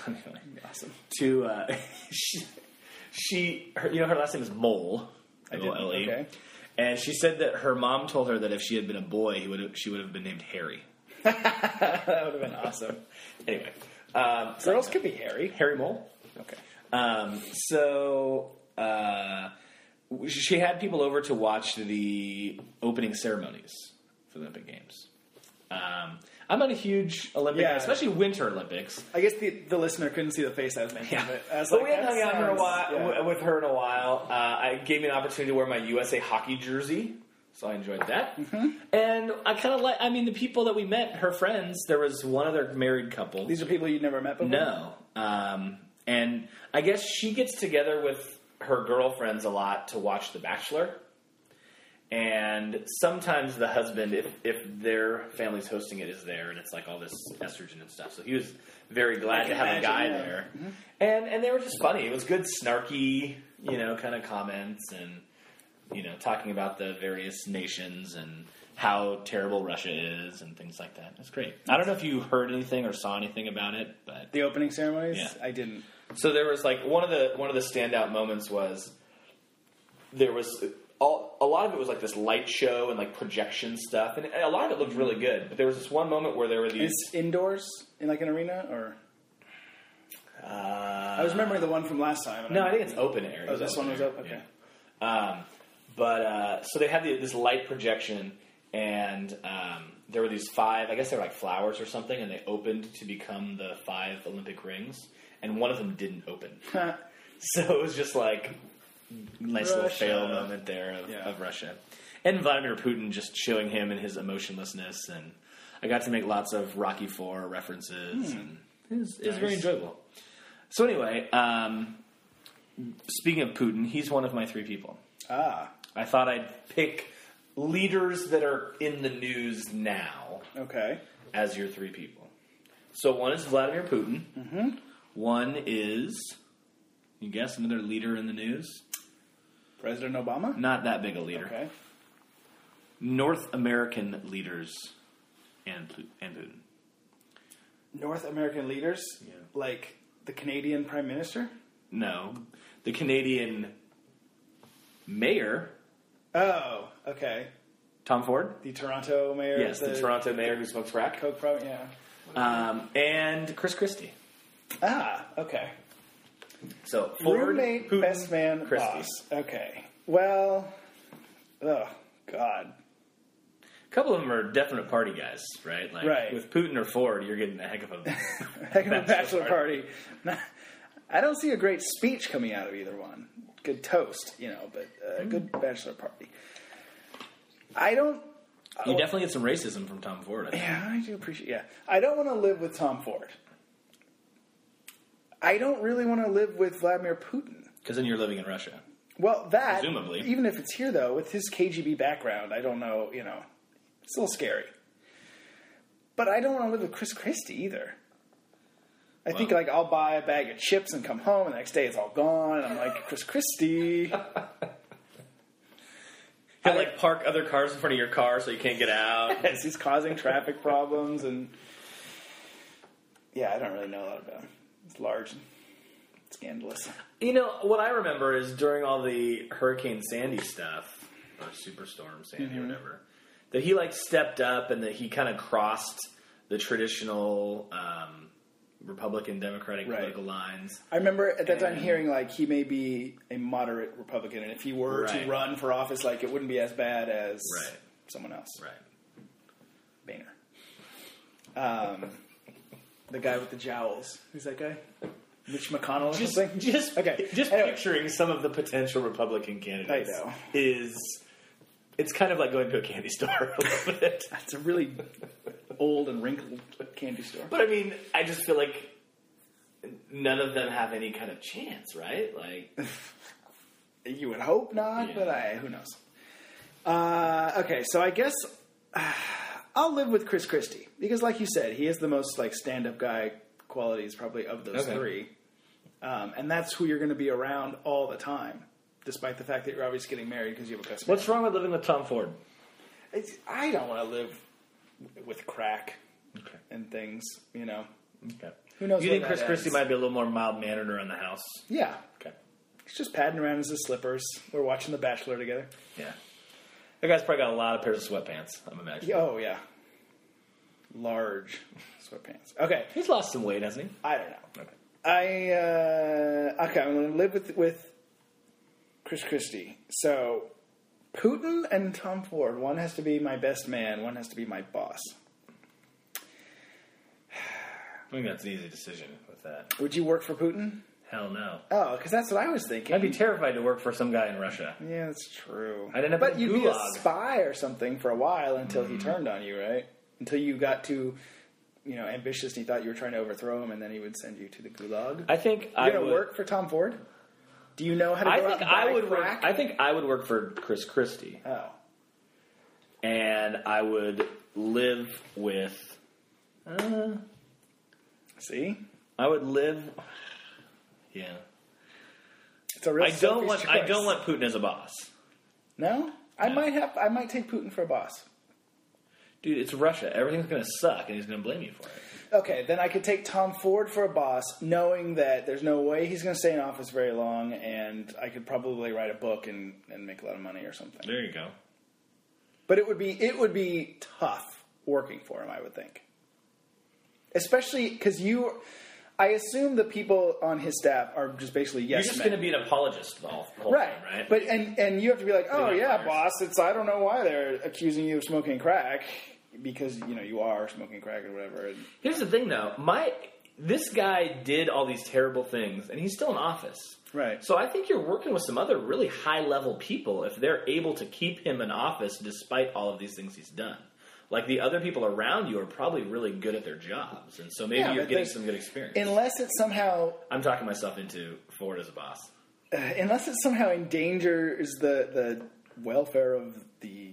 [SPEAKER 1] Awesome.
[SPEAKER 2] to uh, she, she her, you know her last name is Mole. I
[SPEAKER 1] didn't, okay.
[SPEAKER 2] And she said that her mom told her that if she had been a boy, he would have, she would have been named Harry.
[SPEAKER 1] That would have been awesome.
[SPEAKER 2] Anyway, um, so
[SPEAKER 1] Girls could be hairy.
[SPEAKER 2] Harry Mole.
[SPEAKER 1] Okay.
[SPEAKER 2] Um, so uh, she had people over to watch the opening ceremonies for the Olympic Games. Um, I'm not a huge Olympic,
[SPEAKER 1] Yeah.
[SPEAKER 2] especially Winter Olympics.
[SPEAKER 1] I guess the, the listener couldn't see the face I was making,
[SPEAKER 2] Yeah.
[SPEAKER 1] but I was
[SPEAKER 2] but
[SPEAKER 1] like,
[SPEAKER 2] we hadn't
[SPEAKER 1] that
[SPEAKER 2] hung out for a
[SPEAKER 1] sounds-
[SPEAKER 2] while,
[SPEAKER 1] yeah.
[SPEAKER 2] w- with her in a while. Uh, I gave me an opportunity to wear my USA hockey jersey, so I enjoyed that.
[SPEAKER 1] Mm-hmm.
[SPEAKER 2] And I kind of like, I mean, the people that we met, her friends, there was one other married couple.
[SPEAKER 1] These are people you'd never met before.
[SPEAKER 2] no. Um, and I guess she gets together with her girlfriends a lot to watch The Bachelor. And sometimes the husband, if, if their family's hosting it, is there, and it's like all this estrogen and stuff. So he was very glad
[SPEAKER 1] I
[SPEAKER 2] to
[SPEAKER 1] can
[SPEAKER 2] have a guy
[SPEAKER 1] imagine, yeah. Mm-hmm.
[SPEAKER 2] there, and and they were just funny. It was good, snarky, you know, kind of comments, and you know, talking about the various nations and how terrible Russia is and things like that. It was great. I don't know if you heard anything or saw anything about it, but
[SPEAKER 1] The opening ceremonies?
[SPEAKER 2] Yeah.
[SPEAKER 1] I didn't.
[SPEAKER 2] so there was like one of the one of the standout moments was there was all, a lot of it was like this light show and like projection stuff, and a lot of it looked
[SPEAKER 1] Mm-hmm.
[SPEAKER 2] really good. But there was this one moment where there were these.
[SPEAKER 1] Is indoors in like an arena or?
[SPEAKER 2] Uh,
[SPEAKER 1] I was remembering the one from last time. and
[SPEAKER 2] no,
[SPEAKER 1] I'm-
[SPEAKER 2] I think it's open air. It
[SPEAKER 1] Oh, this one was
[SPEAKER 2] air,
[SPEAKER 1] up. Okay.
[SPEAKER 2] yeah. Um, but uh, so they had the, this light projection, and um, there were these five. I guess they were like flowers or something, and they opened to become the five Olympic rings, and one of them didn't open. So it was just like nice little
[SPEAKER 1] Russia.
[SPEAKER 2] fail moment there of,
[SPEAKER 1] Yeah.
[SPEAKER 2] of Russia, and Vladimir Putin just showing him and his emotionlessness, and I got to make lots of Rocky Four references, and it was, it was very
[SPEAKER 1] Hmm. Nice.
[SPEAKER 2] enjoyable. So anyway, um, speaking of Putin, he's one of my three people.
[SPEAKER 1] ah,
[SPEAKER 2] I thought I'd pick leaders that are in the news now
[SPEAKER 1] okay.
[SPEAKER 2] as your three people. So one is Vladimir Putin.
[SPEAKER 1] Mm-hmm.
[SPEAKER 2] One is, you guess, another leader in the news.
[SPEAKER 1] President Obama?
[SPEAKER 2] Not that big a leader.
[SPEAKER 1] Okay.
[SPEAKER 2] North American leaders and Pu- and Putin.
[SPEAKER 1] North American leaders?
[SPEAKER 2] Yeah.
[SPEAKER 1] Like the Canadian Prime Minister?
[SPEAKER 2] No, the Canadian mayor
[SPEAKER 1] Oh, okay.
[SPEAKER 2] Tom Ford.
[SPEAKER 1] The Toronto mayor?
[SPEAKER 2] Yes, the, Toronto mayor who smokes crack.
[SPEAKER 1] Coke Pro, yeah.
[SPEAKER 2] Um, and Chris Christie.
[SPEAKER 1] Ah, okay.
[SPEAKER 2] So Ford,
[SPEAKER 1] Roommate,
[SPEAKER 2] Putin,
[SPEAKER 1] best man,
[SPEAKER 2] Christie.
[SPEAKER 1] boss. Okay. Well, oh God.
[SPEAKER 2] A couple of them are definite party guys, right? Like
[SPEAKER 1] Right.
[SPEAKER 2] with Putin or Ford, you're getting a heck of a
[SPEAKER 1] Heck of a
[SPEAKER 2] Bachelor
[SPEAKER 1] bachelor party. I don't see a great speech coming out of either one. Good toast, you know, but
[SPEAKER 2] Hmm.
[SPEAKER 1] uh, good bachelor party. I don't.
[SPEAKER 2] You definitely get some racism from Tom Ford. I think.
[SPEAKER 1] Yeah, I do appreciate. Yeah, I don't want to live with Tom Ford. I don't really want to live with Vladimir Putin.
[SPEAKER 2] Because then you're living in Russia.
[SPEAKER 1] Well, that
[SPEAKER 2] Presumably.
[SPEAKER 1] even if it's here though, with his KGB background, I don't know. You know, it's a little scary. But I don't want to live with Chris Christie either. I think like I'll buy a bag of chips and come home, and the next day it's all gone. And I'm like Chris Christie.
[SPEAKER 2] He'll like park other cars in front of your car so you can't get out.
[SPEAKER 1] yes, he's causing traffic problems, and yeah, I don't really know a lot about him. It's large, and scandalous.
[SPEAKER 2] You know what I remember is during all the Hurricane Sandy stuff or Superstorm Sandy or whatever, that he like stepped up and that he kind of crossed the traditional um, Republican Democratic
[SPEAKER 1] Right.
[SPEAKER 2] political lines.
[SPEAKER 1] I remember at that time
[SPEAKER 2] And-
[SPEAKER 1] hearing like he may be a moderate Republican, and if he were
[SPEAKER 2] Right.
[SPEAKER 1] to run for office, like it wouldn't be as bad as
[SPEAKER 2] Right.
[SPEAKER 1] someone else.
[SPEAKER 2] Right.
[SPEAKER 1] Boehner. Um, the guy with the jowls. Who's that guy? Mitch McConnell or
[SPEAKER 2] Just,
[SPEAKER 1] something?
[SPEAKER 2] just
[SPEAKER 1] Okay.
[SPEAKER 2] okay. Just
[SPEAKER 1] Anyway.
[SPEAKER 2] picturing some of the potential Republican candidates
[SPEAKER 1] I know.
[SPEAKER 2] is it's kind of like going to a candy store a little bit.
[SPEAKER 1] It's a really old and wrinkled candy store.
[SPEAKER 2] But I mean, I just feel like none of them have any kind of chance, right? Like,
[SPEAKER 1] You would hope not,
[SPEAKER 2] Yeah.
[SPEAKER 1] but I who knows. Uh, okay, so I guess I'll live with Chris Christie because, like you said, he is the most like stand-up guy qualities probably of those
[SPEAKER 2] Okay.
[SPEAKER 1] three, um, and that's who you're going to be around all the time, despite the fact that you're obviously getting married because you have a customer.
[SPEAKER 2] what's wrong with living with Tom Ford?
[SPEAKER 1] It's, I don't want to live with crack
[SPEAKER 2] Okay.
[SPEAKER 1] and things, you know.
[SPEAKER 2] okay.
[SPEAKER 1] Who knows
[SPEAKER 2] You
[SPEAKER 1] where
[SPEAKER 2] think
[SPEAKER 1] that
[SPEAKER 2] Chris Christie
[SPEAKER 1] ends?
[SPEAKER 2] might be a little more mild mannered around the house?
[SPEAKER 1] Yeah,
[SPEAKER 2] Okay.
[SPEAKER 1] he's just padding around in his slippers. We're watching The Bachelor together.
[SPEAKER 2] Yeah. That guy's probably got a lot of pairs of sweatpants. I'm imagining.
[SPEAKER 1] Yeah, Oh yeah, large sweatpants. Okay,
[SPEAKER 2] He's lost some weight, hasn't he?
[SPEAKER 1] I don't know.
[SPEAKER 2] Okay.
[SPEAKER 1] I uh, okay, I'm going to live with with Chris Christie. So Putin and Tom Ford. One has to be my best man. One has to be my boss.
[SPEAKER 2] I think that's an easy decision with that.
[SPEAKER 1] Would you work for Putin?
[SPEAKER 2] Hell no.
[SPEAKER 1] Oh, because that's what I was thinking.
[SPEAKER 2] I'd be terrified to work for some guy in Russia.
[SPEAKER 1] yeah, that's true.
[SPEAKER 2] I'd end up
[SPEAKER 1] but
[SPEAKER 2] in
[SPEAKER 1] you'd be
[SPEAKER 2] Gulag. Mm.
[SPEAKER 1] a spy or something for a while until he turned on you, right? Until you got too, you know, ambitious and he thought you were trying to overthrow him, and then he would send you to the gulag.
[SPEAKER 2] I think I
[SPEAKER 1] You're gonna
[SPEAKER 2] would.
[SPEAKER 1] work for Tom Ford? Do you know how to?
[SPEAKER 2] I
[SPEAKER 1] go
[SPEAKER 2] think
[SPEAKER 1] out and
[SPEAKER 2] I
[SPEAKER 1] buy
[SPEAKER 2] would work.
[SPEAKER 1] crack?
[SPEAKER 2] I think I would work for Chris Christie,
[SPEAKER 1] oh,
[SPEAKER 2] and I would live with. Uh,
[SPEAKER 1] see,
[SPEAKER 2] I would live. Yeah.
[SPEAKER 1] it's a real.
[SPEAKER 2] I don't
[SPEAKER 1] selfish
[SPEAKER 2] want. I
[SPEAKER 1] choice.
[SPEAKER 2] don't want Putin as a boss,
[SPEAKER 1] No, I might have. I might take Putin for a boss.
[SPEAKER 2] dude. It's Russia. Everything's gonna suck, and he's gonna blame you for it.
[SPEAKER 1] Okay, then I could take Tom Ford for a boss, knowing that there's no way he's going to stay in office very long, and I could probably write a book and, and make a lot of money or something.
[SPEAKER 2] There you go.
[SPEAKER 1] But it would be it would be tough working for him, I would think. Especially because you, I assume the people on his staff are just basically yes
[SPEAKER 2] You're just
[SPEAKER 1] men.
[SPEAKER 2] gonna be an apologist the whole, whole
[SPEAKER 1] right.
[SPEAKER 2] time, right?
[SPEAKER 1] But and and you have to be like, oh
[SPEAKER 2] got
[SPEAKER 1] yeah,
[SPEAKER 2] fires.
[SPEAKER 1] boss. It's I don't know why they're accusing you of smoking crack because you know you are smoking crack or whatever. And
[SPEAKER 2] here's the thing, though. My this guy did all these terrible things, and he's still in office.
[SPEAKER 1] Right.
[SPEAKER 2] So I think you're working with some other really high level people if they're able to keep him in office despite all of these things he's done. Like the other people around you are probably really good at their jobs, and so maybe
[SPEAKER 1] Yeah,
[SPEAKER 2] you're
[SPEAKER 1] but
[SPEAKER 2] getting
[SPEAKER 1] there's-
[SPEAKER 2] some good experience.
[SPEAKER 1] unless it somehow
[SPEAKER 2] I'm talking myself into Ford as a boss.
[SPEAKER 1] uh, unless it somehow endangers the the welfare of the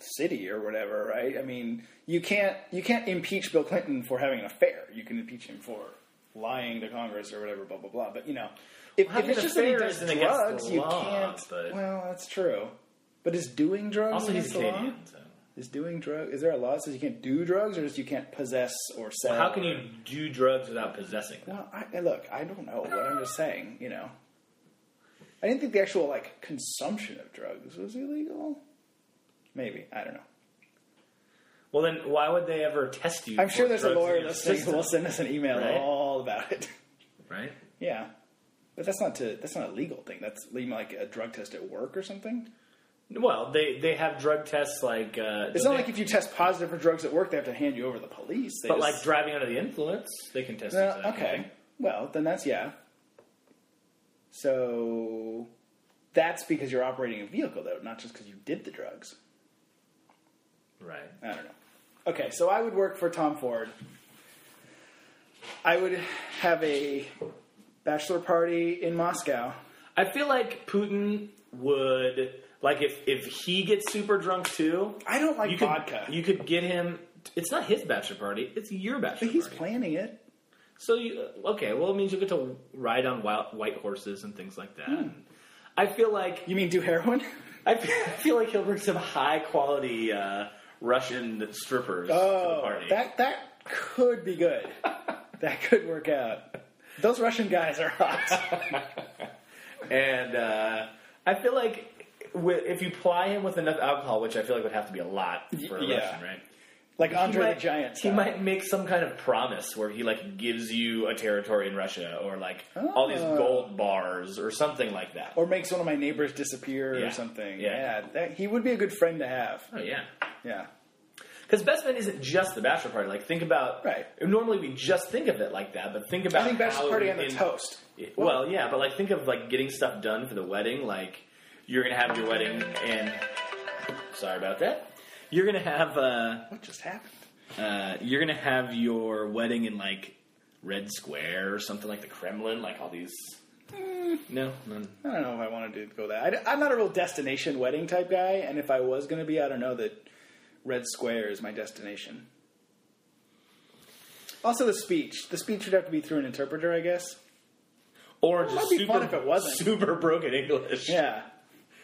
[SPEAKER 1] city or whatever. Right. I mean, you can't you can't impeach Bill Clinton for having an affair. You can impeach him for lying to Congress or whatever. Blah blah blah. But you know. If,
[SPEAKER 2] Well,
[SPEAKER 1] if
[SPEAKER 2] having
[SPEAKER 1] it's
[SPEAKER 2] an
[SPEAKER 1] just that he
[SPEAKER 2] affair
[SPEAKER 1] does
[SPEAKER 2] isn't against the
[SPEAKER 1] drugs, you
[SPEAKER 2] law,
[SPEAKER 1] can't.
[SPEAKER 2] but-
[SPEAKER 1] Well, that's true. But is doing drugs
[SPEAKER 2] Also, he's
[SPEAKER 1] against the law?
[SPEAKER 2] Canadian. So.
[SPEAKER 1] Is doing drug? Is there a law that says you can't do drugs, or just you can't possess or sell?
[SPEAKER 2] How can you do drugs without possessing them?
[SPEAKER 1] Well, I, I- look, I don't know what I'm just saying. You know, I didn't think the actual like consumption of drugs was illegal. Maybe I don't know.
[SPEAKER 2] Well, then why would they ever test you?
[SPEAKER 1] I'm
[SPEAKER 2] for
[SPEAKER 1] sure there's a
[SPEAKER 2] drugs in
[SPEAKER 1] lawyer
[SPEAKER 2] your
[SPEAKER 1] listening who
[SPEAKER 2] system,
[SPEAKER 1] will send us an email
[SPEAKER 2] Right?
[SPEAKER 1] all about it.
[SPEAKER 2] right?
[SPEAKER 1] yeah, but that's not to that's not a legal thing. That's leaving like a drug test at work or something.
[SPEAKER 2] Well, they they have drug tests like uh,
[SPEAKER 1] It's
[SPEAKER 2] don't
[SPEAKER 1] not
[SPEAKER 2] they-
[SPEAKER 1] like if you test positive for drugs at work, they have to hand you over to the police. They
[SPEAKER 2] but
[SPEAKER 1] just-
[SPEAKER 2] like driving under the influence, they can test. you
[SPEAKER 1] Uh,
[SPEAKER 2] for that.
[SPEAKER 1] okay. Well, then that's yeah. So that's because you're operating a vehicle, though, not just because you did the drugs.
[SPEAKER 2] right?
[SPEAKER 1] I don't know. Okay, so I would work for Tom Ford. I would have a bachelor party in Moscow.
[SPEAKER 2] I feel like Putin would like if if he gets super drunk too.
[SPEAKER 1] I don't like
[SPEAKER 2] you could,
[SPEAKER 1] vodka.
[SPEAKER 2] You could get him. It's not his bachelor party. It's your bachelor.
[SPEAKER 1] But he's
[SPEAKER 2] party.
[SPEAKER 1] planning it.
[SPEAKER 2] So you uh, okay? Well, it means you get to ride on wild, white horses and things like that.
[SPEAKER 1] Hmm.
[SPEAKER 2] I feel like
[SPEAKER 1] You mean do heroin?
[SPEAKER 2] I feel, I feel like he'll bring some high quality uh, Russian strippers to the
[SPEAKER 1] Oh,
[SPEAKER 2] party.
[SPEAKER 1] that that could be good. that could work out. Those Russian guys are hot.
[SPEAKER 2] and uh, I feel like wi- if you ply him with enough alcohol, which I feel like would have to be a lot for a
[SPEAKER 1] yeah.
[SPEAKER 2] Russian, right?
[SPEAKER 1] Like Andre
[SPEAKER 2] might-
[SPEAKER 1] the Giant.
[SPEAKER 2] He
[SPEAKER 1] style.
[SPEAKER 2] might make some kind of promise where he like gives you a territory in Russia or like all these
[SPEAKER 1] Oh.
[SPEAKER 2] gold bars or something like that.
[SPEAKER 1] Or makes one of my neighbors disappear
[SPEAKER 2] Yeah.
[SPEAKER 1] or something.
[SPEAKER 2] Yeah.
[SPEAKER 1] Yeah, that, he would be a good friend to have.
[SPEAKER 2] Oh yeah.
[SPEAKER 1] Yeah.
[SPEAKER 2] Because Best Man isn't just the bachelor party. Like, think about
[SPEAKER 1] Right.
[SPEAKER 2] Normally, we just think of it like that, but think about
[SPEAKER 1] I think
[SPEAKER 2] how
[SPEAKER 1] bachelor party and the
[SPEAKER 2] in-
[SPEAKER 1] toast.
[SPEAKER 2] Well, yeah, but like, think of like getting stuff done for the wedding. Like, you're gonna have your wedding, and sorry about that. You're gonna have uh,
[SPEAKER 1] What just happened?
[SPEAKER 2] uh, you're gonna have your wedding in like Red Square or something like the Kremlin, like all these.
[SPEAKER 1] Mm.
[SPEAKER 2] No, none.
[SPEAKER 1] I don't know if I wanted to go that. I, am not a real destination wedding type guy, and if I was going to be, I don't know that Red Square is my destination. Also, the speech. The speech would have to be through an interpreter, I guess.
[SPEAKER 2] or
[SPEAKER 1] might
[SPEAKER 2] just
[SPEAKER 1] be
[SPEAKER 2] super,
[SPEAKER 1] fun if it wasn't.
[SPEAKER 2] super broken English.
[SPEAKER 1] Yeah.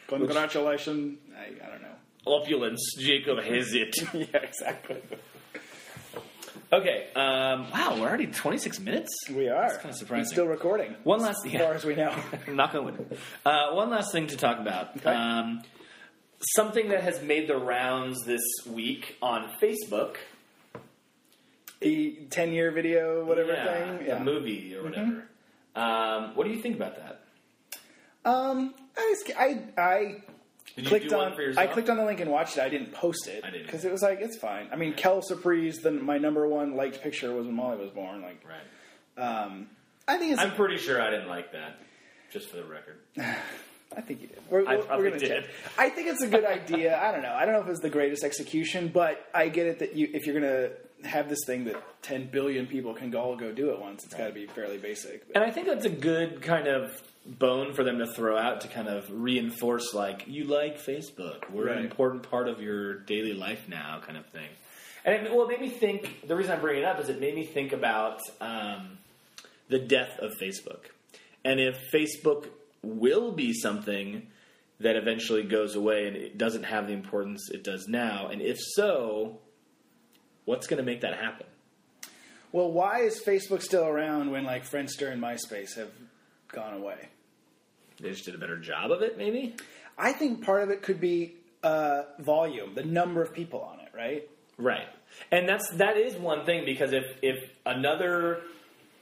[SPEAKER 1] Congratulations. I, I don't know.
[SPEAKER 2] Opulence, Jacob has it.
[SPEAKER 1] yeah, exactly.
[SPEAKER 2] Okay. Um, wow, we're already 26 minutes.
[SPEAKER 1] We are.
[SPEAKER 2] kinda surprising.
[SPEAKER 1] It's still recording.
[SPEAKER 2] One last
[SPEAKER 1] As far
[SPEAKER 2] yeah,
[SPEAKER 1] as we know.
[SPEAKER 2] knock on wood. Uh, one last thing to talk about. Um, something that has made the rounds this week on Facebook.
[SPEAKER 1] the 10 year video, whatever
[SPEAKER 2] Yeah,
[SPEAKER 1] thing. Yeah. Mm-hmm.
[SPEAKER 2] a movie or whatever. Um, what do you think about that?
[SPEAKER 1] Um, I, was, I, I
[SPEAKER 2] Did you
[SPEAKER 1] clicked
[SPEAKER 2] do one
[SPEAKER 1] on
[SPEAKER 2] for yourself?
[SPEAKER 1] I clicked on the link and watched it. I didn't post it
[SPEAKER 2] I didn't.
[SPEAKER 1] because it was like it's fine. I mean, Kel Surprise, then my number one liked picture was when Molly was born. Like,
[SPEAKER 2] Right.
[SPEAKER 1] um, I think it's.
[SPEAKER 2] I'm pretty sure I didn't like that. Just for the record.
[SPEAKER 1] I think you did.
[SPEAKER 2] I
[SPEAKER 1] We're, we're- we're
[SPEAKER 2] probably
[SPEAKER 1] gonna
[SPEAKER 2] did.
[SPEAKER 1] check. I think it's a good idea. I don't know. I don't know if it's the greatest execution, but I get it that you if you're gonna have this thing that 10 billion people can all go do at once, it's got to be fairly basic. But
[SPEAKER 2] And I think that's a good kind of bone for them to throw out to kind of reinforce, like, you like Facebook. We're an
[SPEAKER 1] Right.
[SPEAKER 2] important part of your daily life now, kind of thing. And it, well, it made me think the reason I'm bringing it up is it made me think about um, the death of Facebook. And if Facebook will be something that eventually goes away and it doesn't have the importance it does now, and if so, what's going to make that happen?
[SPEAKER 1] well, why is Facebook still around when like Friendster and MySpace have gone away?
[SPEAKER 2] They just did a better job of it, maybe?
[SPEAKER 1] I think part of it could be uh, volume, the number of people on it, right?
[SPEAKER 2] Right. And that's that is one thing because if if another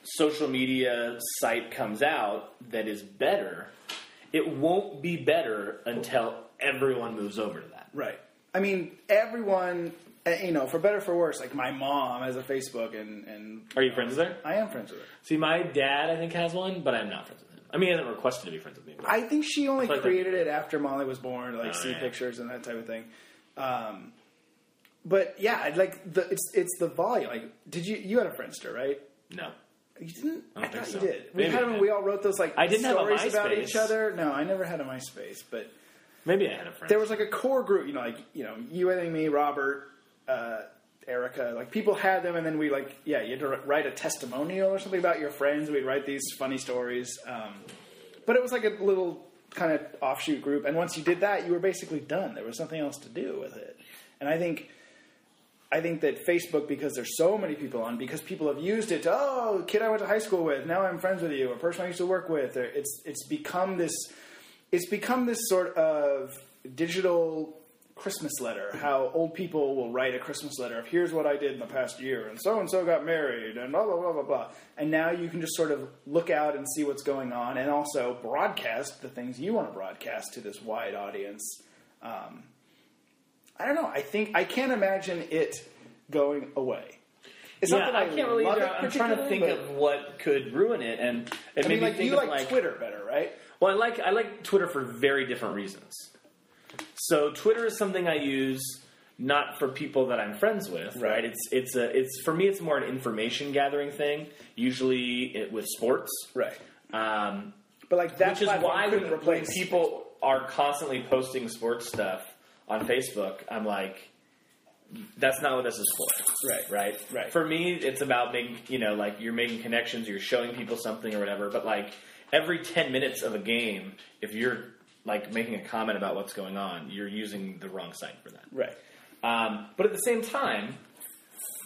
[SPEAKER 2] social media site comes out that is better, it won't be better until everyone moves over to that.
[SPEAKER 1] Right. I mean, everyone, uh, you know, for better or for worse, like my mom has a Facebook, and and
[SPEAKER 2] Are you friends with her?
[SPEAKER 1] I am friends with her.
[SPEAKER 2] See, my dad I think has one, but I'm not friends with him. I mean, he hasn't requested to be friends with me. But
[SPEAKER 1] I think she only
[SPEAKER 2] Like the- Oh,
[SPEAKER 1] created it after Molly was born to like see
[SPEAKER 2] yeah.
[SPEAKER 1] pictures and that type of thing. Um, but yeah, I'd like the it's it's the volume. Like, did you you had a Friendster, right?
[SPEAKER 2] no.
[SPEAKER 1] You didn't. I,
[SPEAKER 2] don't think
[SPEAKER 1] thought
[SPEAKER 2] so.
[SPEAKER 1] you did. We
[SPEAKER 2] Maybe
[SPEAKER 1] had
[SPEAKER 2] I
[SPEAKER 1] them.
[SPEAKER 2] did.
[SPEAKER 1] We all wrote those like
[SPEAKER 2] I didn't have a
[SPEAKER 1] stories about
[SPEAKER 2] MySpace.
[SPEAKER 1] each other. No, I never had a MySpace, but.
[SPEAKER 2] Maybe I had a friend.
[SPEAKER 1] there was like a core group, you know, like you know, you and me, Robert, uh, Erica. Like people had them, and then we like, yeah, you had to wri- write a testimonial or something about your friends. We'd write these funny stories, um, but it was like a little kind of offshoot group. And once you did that, you were basically done. There was nothing else to do with it. And I think, I think that Facebook, because there's so many people on, because people have used it. To, oh, kid I went to high school with, now I'm friends with you. A person I used to work with. Or it's it's become this it's become this sort of digital Christmas letter. How old people will write a Christmas letter of here's what I did in the past year, and so and so got married, and blah blah blah blah blah. And now you can just sort of look out and see what's going on, and also broadcast the things you want to broadcast to this wide audience. Um, I don't know. I think I can't imagine it going away. It's
[SPEAKER 2] yeah, I, can't really.
[SPEAKER 1] love
[SPEAKER 2] Either.
[SPEAKER 1] it
[SPEAKER 2] I'm trying to
[SPEAKER 1] particularly,
[SPEAKER 2] think
[SPEAKER 1] but-
[SPEAKER 2] of what could ruin it, and it made
[SPEAKER 1] I mean,
[SPEAKER 2] me
[SPEAKER 1] like
[SPEAKER 2] think
[SPEAKER 1] you
[SPEAKER 2] of
[SPEAKER 1] like,
[SPEAKER 2] like
[SPEAKER 1] Twitter better, right?
[SPEAKER 2] Well, I like I like Twitter for very different reasons. So Twitter is something I use not for people that I'm friends with, right?
[SPEAKER 1] Right.
[SPEAKER 2] It's it's a it's for me it's more an information gathering thing, usually it, with sports,
[SPEAKER 1] Right.
[SPEAKER 2] um,
[SPEAKER 1] But like that
[SPEAKER 2] which is
[SPEAKER 1] platform
[SPEAKER 2] why
[SPEAKER 1] couldn't
[SPEAKER 2] when, when
[SPEAKER 1] replace
[SPEAKER 2] people are constantly posting sports stuff on Facebook, I'm like, that's not what this is for.
[SPEAKER 1] Right.
[SPEAKER 2] Right?
[SPEAKER 1] Right.
[SPEAKER 2] For me, it's about making, you know, like you're making connections, you're showing people something or whatever, but like every 10 minutes of a game, if you're like making a comment about what's going on, you're using the wrong site for that.
[SPEAKER 1] Right.
[SPEAKER 2] Um, but at the same time,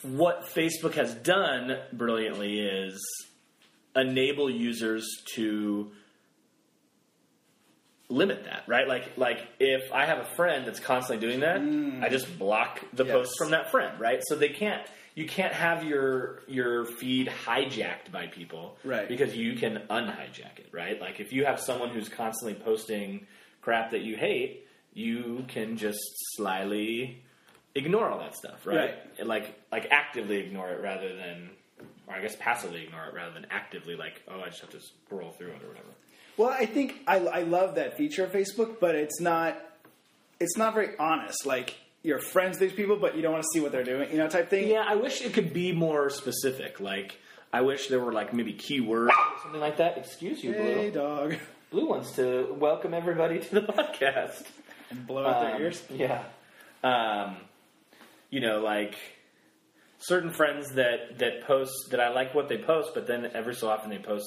[SPEAKER 2] what Facebook has done brilliantly is enable users to limit that, right? Like, like if I have a friend that's constantly doing that, I just block the
[SPEAKER 1] Mm. Yes.
[SPEAKER 2] post from that friend, right? So they can't. You can't have your your feed hijacked by people,
[SPEAKER 1] Right.
[SPEAKER 2] Because you can unhijack it, right? Like if you have someone who's constantly posting crap that you hate, you can just slyly ignore all that stuff, right?
[SPEAKER 1] Right.
[SPEAKER 2] And, Like like actively ignore it rather than, or I guess passively ignore it rather than actively like, oh, I just have to scroll through it or whatever.
[SPEAKER 1] Well, I think I, I love that feature of Facebook, but it's not it's not very honest. Like you're friends with these people, but you don't want to see what they're doing, you know, type thing.
[SPEAKER 2] Yeah, I wish it could be more specific. Like, I wish there were like maybe keywords or something like that. Excuse you, Blue.
[SPEAKER 1] Hey, dog,
[SPEAKER 2] Blue wants to welcome everybody to the podcast.
[SPEAKER 1] and blow out
[SPEAKER 2] Um,
[SPEAKER 1] their ears.
[SPEAKER 2] Yeah. Um, you know, like certain friends that that post that I like what they post, but then every so often they post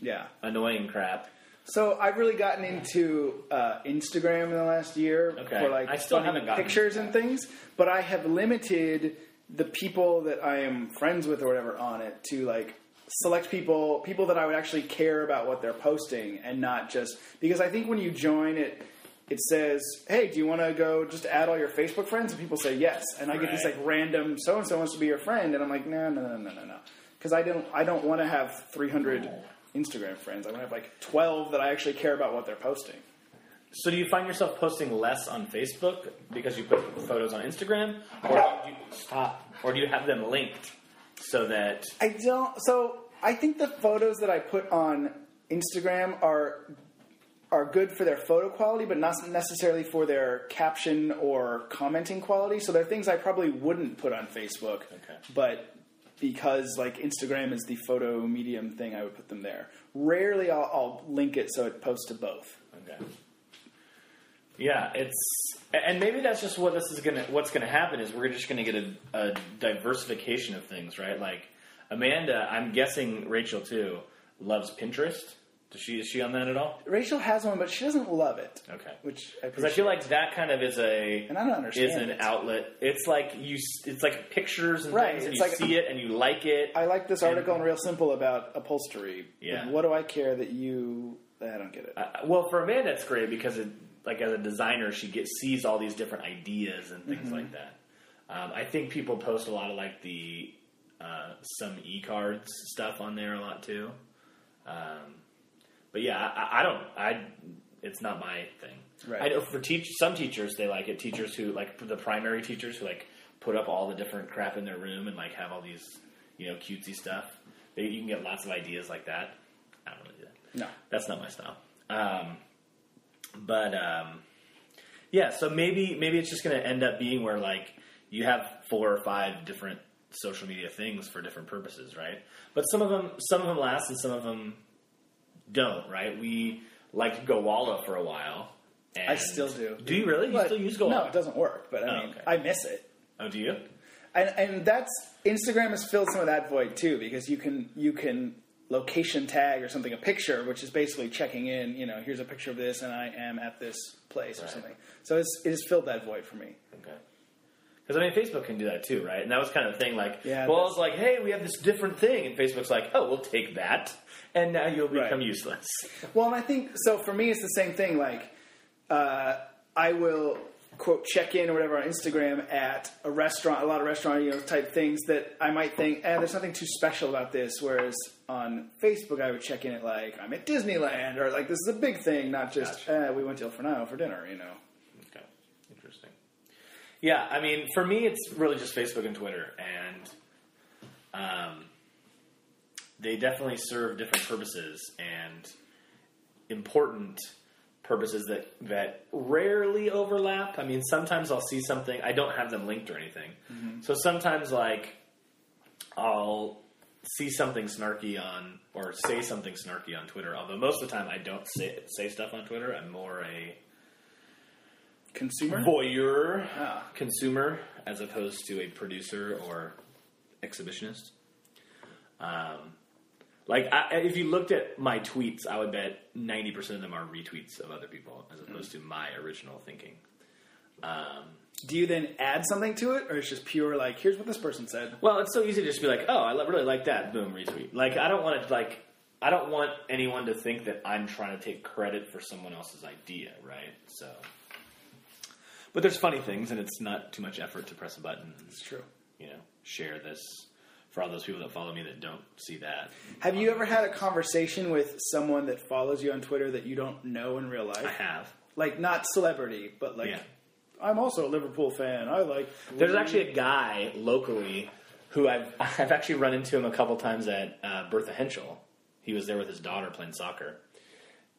[SPEAKER 1] Yeah.
[SPEAKER 2] annoying crap.
[SPEAKER 1] So I've really gotten into uh, Instagram in the last year
[SPEAKER 2] Okay.
[SPEAKER 1] for like
[SPEAKER 2] I still
[SPEAKER 1] funny
[SPEAKER 2] haven't gotten
[SPEAKER 1] pictures
[SPEAKER 2] into
[SPEAKER 1] and things, but I have limited the people that I am friends with or whatever on it to like select people people that I would actually care about what they're posting and not just because I think when you join it it says, "Hey, do you want to go just add all your Facebook friends?" and people say yes, and I get this
[SPEAKER 2] Right.
[SPEAKER 1] like random so and so wants to be your friend, and I'm like, "No, no, no, no, no, no." Because I don't, I don't want to have 300 Instagram friends. I want to have like 12 that I actually care about what they're posting.
[SPEAKER 2] So do you find yourself posting less on Facebook because you put photos on Instagram, or do you, stop, or do you have them linked so that
[SPEAKER 1] I don't. So I think the photos that I put on Instagram are are good for their photo quality, but not necessarily for their caption or commenting quality. So they're things I probably wouldn't put on Facebook.
[SPEAKER 2] Okay.
[SPEAKER 1] But because like Instagram is the photo medium thing, I would put them there. Rarely I'll, I'll link it so it posts to both.
[SPEAKER 2] Okay. Yeah, it's and maybe that's just what this is gonna what's gonna happen is we're just gonna get a, a diversification of things, right? Like Amanda, I'm guessing Rachel too loves Pinterest. Does she is she on that at all?
[SPEAKER 1] Rachel has one, but she doesn't love it.
[SPEAKER 2] Okay.
[SPEAKER 1] Which I
[SPEAKER 2] Because I
[SPEAKER 1] appreciate.
[SPEAKER 2] feel like that kind of is a
[SPEAKER 1] and I don't understand.
[SPEAKER 2] is an
[SPEAKER 1] it.
[SPEAKER 2] outlet. It's like you. s- It's like pictures and
[SPEAKER 1] Right,
[SPEAKER 2] things, and
[SPEAKER 1] it's
[SPEAKER 2] you
[SPEAKER 1] like-
[SPEAKER 2] see it and you like it.
[SPEAKER 1] I like this article in Real Simple about upholstery.
[SPEAKER 2] Yeah.
[SPEAKER 1] Like, what do I care that you? I don't get it.
[SPEAKER 2] Uh, well, for Amanda, it's great because, it, like, as a designer, she gets sees all these different ideas and things like that. Um, I think people post a lot of like the uh, some e cards stuff on there a lot too. Um, but yeah, I, I don't. I it's not my thing.
[SPEAKER 1] Right.
[SPEAKER 2] I know for teach some teachers they like it. Teachers who like the primary teachers who like put up all the different crap in their room and like have all these you know cutesy stuff. They, you can get lots of ideas like that. I don't really do that
[SPEAKER 1] no.
[SPEAKER 2] that's not my style. Um, but um, yeah, so maybe maybe it's just going to end up being where like you have four or five different social media things for different purposes, right? But some of them some of them last and some of them don't, right? We liked Gowalla for a while. And
[SPEAKER 1] I still do.
[SPEAKER 2] Do you really? You
[SPEAKER 1] But-
[SPEAKER 2] still use
[SPEAKER 1] No, it
[SPEAKER 2] Gowalla?
[SPEAKER 1] doesn't work. But I
[SPEAKER 2] Oh,
[SPEAKER 1] mean,
[SPEAKER 2] okay.
[SPEAKER 1] I miss it,
[SPEAKER 2] oh, do you?
[SPEAKER 1] and and that's Instagram has filled some of that void too because you can you can location tag or something a picture, which is basically checking in. You know, here's a picture of this, and I am at this place or
[SPEAKER 2] Right.
[SPEAKER 1] something. So it's, it has filled that void for me.
[SPEAKER 2] Okay. Because I mean, Facebook can do that too, right? And that was kind of the thing. Like,
[SPEAKER 1] Yeah,
[SPEAKER 2] well,
[SPEAKER 1] that's-
[SPEAKER 2] it's like, hey, we have this different thing, and Facebook's like, oh, we'll take that, and now you'll
[SPEAKER 1] Right.
[SPEAKER 2] become useless.
[SPEAKER 1] Well, and I think so. For me, it's the same thing. Like, uh, I will quote check in or whatever on Instagram at a restaurant, a lot of restaurant you know type things that I might think, eh, there's nothing too special about this. Whereas on Facebook, I would check in at like I'm at Disneyland or like this is a big thing, not just eh, we went to El Fornado for dinner. You know,
[SPEAKER 2] Okay, interesting. Yeah, I mean, for me, it's really just Facebook and Twitter, and um, they definitely serve different purposes and important purposes that that rarely overlap. I mean, sometimes I'll see something I don't have them linked or anything, so sometimes like I'll see something snarky on or say something snarky on Twitter. Although most of the time I don't say say stuff on Twitter. I'm more a
[SPEAKER 1] consumer.
[SPEAKER 2] voyeur
[SPEAKER 1] Ah.
[SPEAKER 2] consumer as opposed to a producer or exhibitionist. Um, like I, if you looked at my tweets, I would bet ninety percent of them are retweets of other people as opposed to my original thinking.
[SPEAKER 1] Do you then add something to it, or it's just pure like, here's what this person said?
[SPEAKER 2] Well, it's so easy to just be like, oh, I li- really like that. Boom, retweet. Like I don't want to like I don't want anyone to think that I'm trying to take credit for someone else's idea, right? So. But there's funny things, and it's not too much effort to press a button.
[SPEAKER 1] It's true.
[SPEAKER 2] you know, share this for all those people that follow me that don't see that.
[SPEAKER 1] Have you ever had a conversation with someone that follows you on Twitter that you don't know in real
[SPEAKER 2] I
[SPEAKER 1] life?
[SPEAKER 2] have.
[SPEAKER 1] Like not celebrity, but like
[SPEAKER 2] Yeah.
[SPEAKER 1] I'm also a Liverpool fan. I like.
[SPEAKER 2] There's actually a guy locally who I've I've actually run into him a couple times at uh, Bertha Henschel. He was there with his daughter playing soccer,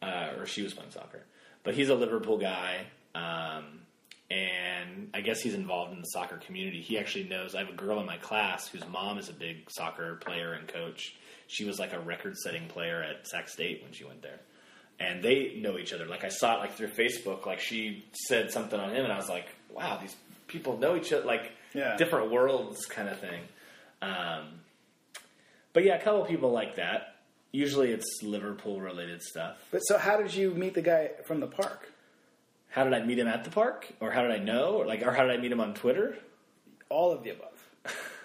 [SPEAKER 2] uh, or she was playing soccer. But he's a Liverpool guy, um, and I guess he's involved in the soccer community. He actually knows. I have a girl in my class whose mom is a big soccer player and coach. She was like a record-setting player at Sac State when she went there. and they know each other. Like I saw it like through Facebook. Like she said something on him, and I was like, wow, these people know each other. Like
[SPEAKER 1] Yeah.
[SPEAKER 2] different worlds kind of thing. Um, but yeah, a couple people like that. Usually it's Liverpool related stuff.
[SPEAKER 1] But so, how did you meet the guy from the park?
[SPEAKER 2] How did I meet him at the park, or how did I know, or like, or how did I meet him on Twitter?
[SPEAKER 1] All of the above.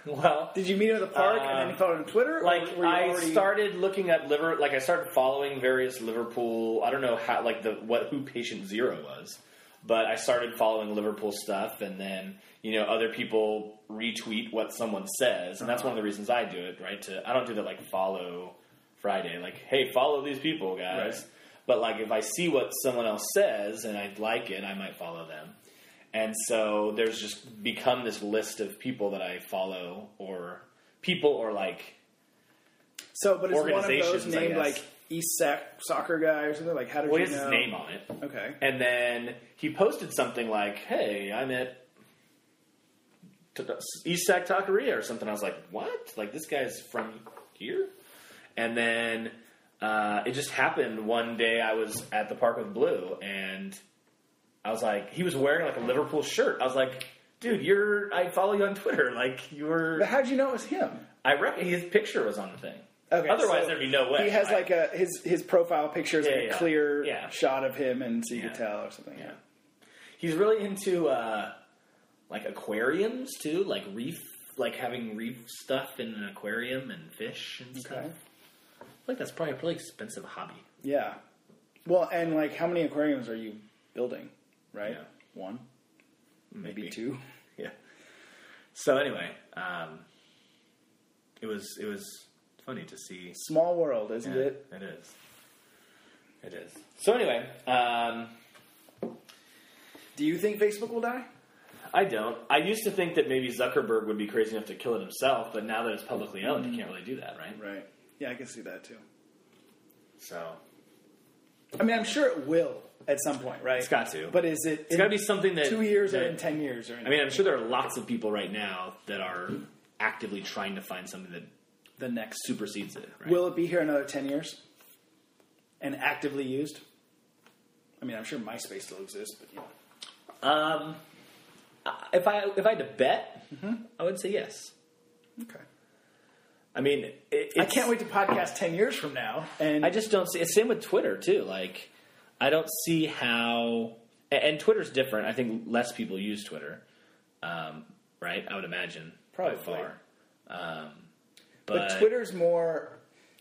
[SPEAKER 2] Well,
[SPEAKER 1] Did you meet him at the park and then you followed him on Twitter? or
[SPEAKER 2] Uh, like
[SPEAKER 1] were you
[SPEAKER 2] I
[SPEAKER 1] already-
[SPEAKER 2] started looking at liver, like I started following various Liverpool. I don't know how, like the what who patient zero was, but I started following Liverpool stuff, and then you know other people retweet what someone says, and that's
[SPEAKER 1] Uh-huh.
[SPEAKER 2] one of the reasons I do it. Right? To I don't do that like follow Friday, like hey, follow these people, guys.
[SPEAKER 1] Right.
[SPEAKER 2] But like if I see what someone else says and I like it, I might follow them. And so there's just become this list of people that I follow or people or like
[SPEAKER 1] So, but it's one of those
[SPEAKER 2] organizations, I
[SPEAKER 1] named
[SPEAKER 2] guess.
[SPEAKER 1] like East Sac soccer guy or something. Like, how did
[SPEAKER 2] what
[SPEAKER 1] you
[SPEAKER 2] is
[SPEAKER 1] know?
[SPEAKER 2] his name on it.
[SPEAKER 1] Okay.
[SPEAKER 2] And then he posted something like, "Hey, I'm at T- East Sac Taqueria or something." I was like, "What? Like this guy's from here?" And then uh, it just happened one day. I was at the park with Blue, and I was like, he was wearing like a Liverpool shirt. I was like, "Dude, you're I follow you on Twitter. Like you
[SPEAKER 1] But
[SPEAKER 2] were
[SPEAKER 1] how did you know it was him?
[SPEAKER 2] I reckon his picture was on the thing.
[SPEAKER 1] Okay,
[SPEAKER 2] Otherwise,
[SPEAKER 1] so
[SPEAKER 2] there'd be no way.
[SPEAKER 1] He has
[SPEAKER 2] I-
[SPEAKER 1] like a his his profile picture is
[SPEAKER 2] Yeah,
[SPEAKER 1] like a
[SPEAKER 2] yeah,
[SPEAKER 1] clear
[SPEAKER 2] yeah.
[SPEAKER 1] shot of him, and so you
[SPEAKER 2] Yeah.
[SPEAKER 1] can tell or something. Yeah.
[SPEAKER 2] He's really into uh, like aquariums too, like reef, like having reef stuff in an aquarium and fish and stuff.
[SPEAKER 1] Okay.
[SPEAKER 2] I think that's probably a really expensive hobby.
[SPEAKER 1] Yeah. Well, and like, how many aquariums are you building? Right.
[SPEAKER 2] Yeah.
[SPEAKER 1] One,
[SPEAKER 2] Maybe,
[SPEAKER 1] maybe two.
[SPEAKER 2] Yeah. So anyway, um, it was it was funny to see.
[SPEAKER 1] Small world, isn't
[SPEAKER 2] Yeah,
[SPEAKER 1] it?
[SPEAKER 2] It is. It is. So anyway, um,
[SPEAKER 1] Do you think Facebook will die?
[SPEAKER 2] I don't. I used to think that maybe Zuckerberg would be crazy enough to kill it himself, but now that it's publicly owned, he can't really do that, right?
[SPEAKER 1] Mm-hmm. Right. Yeah, I can see that too.
[SPEAKER 2] So
[SPEAKER 1] I mean, I'm sure it will at some point, right?
[SPEAKER 2] it's got to.
[SPEAKER 1] But is it?
[SPEAKER 2] It's got to be something that
[SPEAKER 1] two years or
[SPEAKER 2] that-
[SPEAKER 1] in ten years or in,
[SPEAKER 2] I mean, I'm sure there are lots of people right now that are actively trying to find something that
[SPEAKER 1] the next.
[SPEAKER 2] supersedes it. Right?
[SPEAKER 1] Will it be here another ten years? And actively used? I mean, I'm sure MySpace still exists, but you know.
[SPEAKER 2] um, I- if I if I had to bet,
[SPEAKER 1] Mm-hmm.
[SPEAKER 2] I would say yes.
[SPEAKER 1] Okay.
[SPEAKER 2] I mean, it, it's,
[SPEAKER 1] I can't wait to podcast ten years from now. And
[SPEAKER 2] I just don't see. It's same with Twitter too. Like, I don't see how. And, and Twitter's different. I think less people use Twitter, um, right? I would imagine
[SPEAKER 1] Probably.
[SPEAKER 2] by far. Um, but,
[SPEAKER 1] but Twitter's more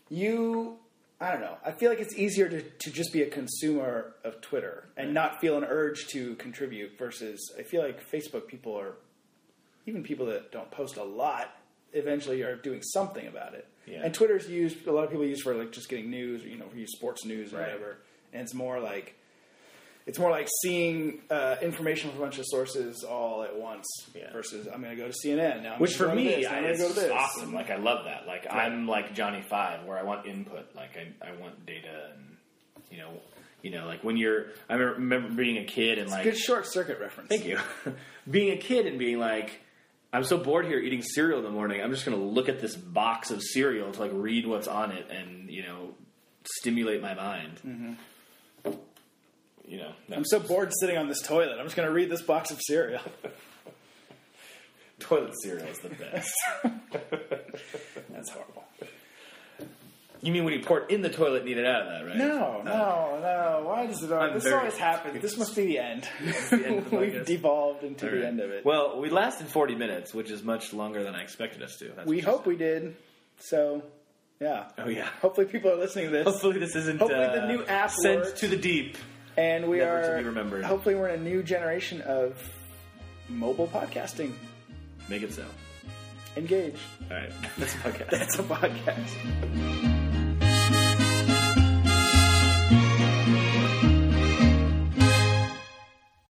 [SPEAKER 1] you. I don't know. I feel like it's easier to, to just be a consumer of Twitter and not feel an urge to contribute. Versus, I feel like Facebook people are, even people that don't post a lot, eventually are doing something about it.
[SPEAKER 2] Yeah.
[SPEAKER 1] And Twitter's used a lot of people use for like just getting news, or, you know, we use sports news or
[SPEAKER 2] Right.
[SPEAKER 1] whatever. And it's more like it's more like seeing uh, information from a bunch of sources all at once
[SPEAKER 2] Yeah.
[SPEAKER 1] versus I'm going to go to CNN now. I'm
[SPEAKER 2] Which for
[SPEAKER 1] gonna go to
[SPEAKER 2] me,
[SPEAKER 1] this, now
[SPEAKER 2] I,
[SPEAKER 1] I'm gonna
[SPEAKER 2] it's
[SPEAKER 1] go to
[SPEAKER 2] just
[SPEAKER 1] this.
[SPEAKER 2] awesome. Like I love that. Like I'm like Johnny Five, where I want input. Like I, I want data, and you know, you know, like when you're. I remember being a kid and like
[SPEAKER 1] Good short circuit reference.
[SPEAKER 2] Thank you. being a kid and being like, I'm so bored here eating cereal in the morning. I'm just going to look at this box of cereal to like read Mm-hmm. what's on it and you know stimulate my mind. you know. no.
[SPEAKER 1] I'm so bored sitting on this toilet. I'm just going to read this box of cereal.
[SPEAKER 2] Toilet cereal is the best.
[SPEAKER 1] That's horrible.
[SPEAKER 2] you mean when you pour it in the toilet, need it out of that, right?
[SPEAKER 1] No, no, no. Why does it always?
[SPEAKER 2] I'm
[SPEAKER 1] This
[SPEAKER 2] very-
[SPEAKER 1] always happens. This must be the end.
[SPEAKER 2] the end of the
[SPEAKER 1] We've
[SPEAKER 2] podcast.
[SPEAKER 1] devolved into
[SPEAKER 2] All
[SPEAKER 1] the
[SPEAKER 2] right.
[SPEAKER 1] end of it.
[SPEAKER 2] Well, we lasted 40 minutes, which is much longer than I expected us to. That's
[SPEAKER 1] we
[SPEAKER 2] what
[SPEAKER 1] hope we did. So, yeah.
[SPEAKER 2] Oh yeah.
[SPEAKER 1] Hopefully, people are listening to this,
[SPEAKER 2] Hopefully this isn't.
[SPEAKER 1] Hopefully
[SPEAKER 2] uh,
[SPEAKER 1] the new app
[SPEAKER 2] sent
[SPEAKER 1] works.
[SPEAKER 2] to the deep.
[SPEAKER 1] and we
[SPEAKER 2] Never to
[SPEAKER 1] are
[SPEAKER 2] be remembered.
[SPEAKER 1] hopefully we're in a new generation of mobile podcasting.
[SPEAKER 2] Make it so.
[SPEAKER 1] Engage.
[SPEAKER 2] All right. That's okay.
[SPEAKER 1] That's a podcast.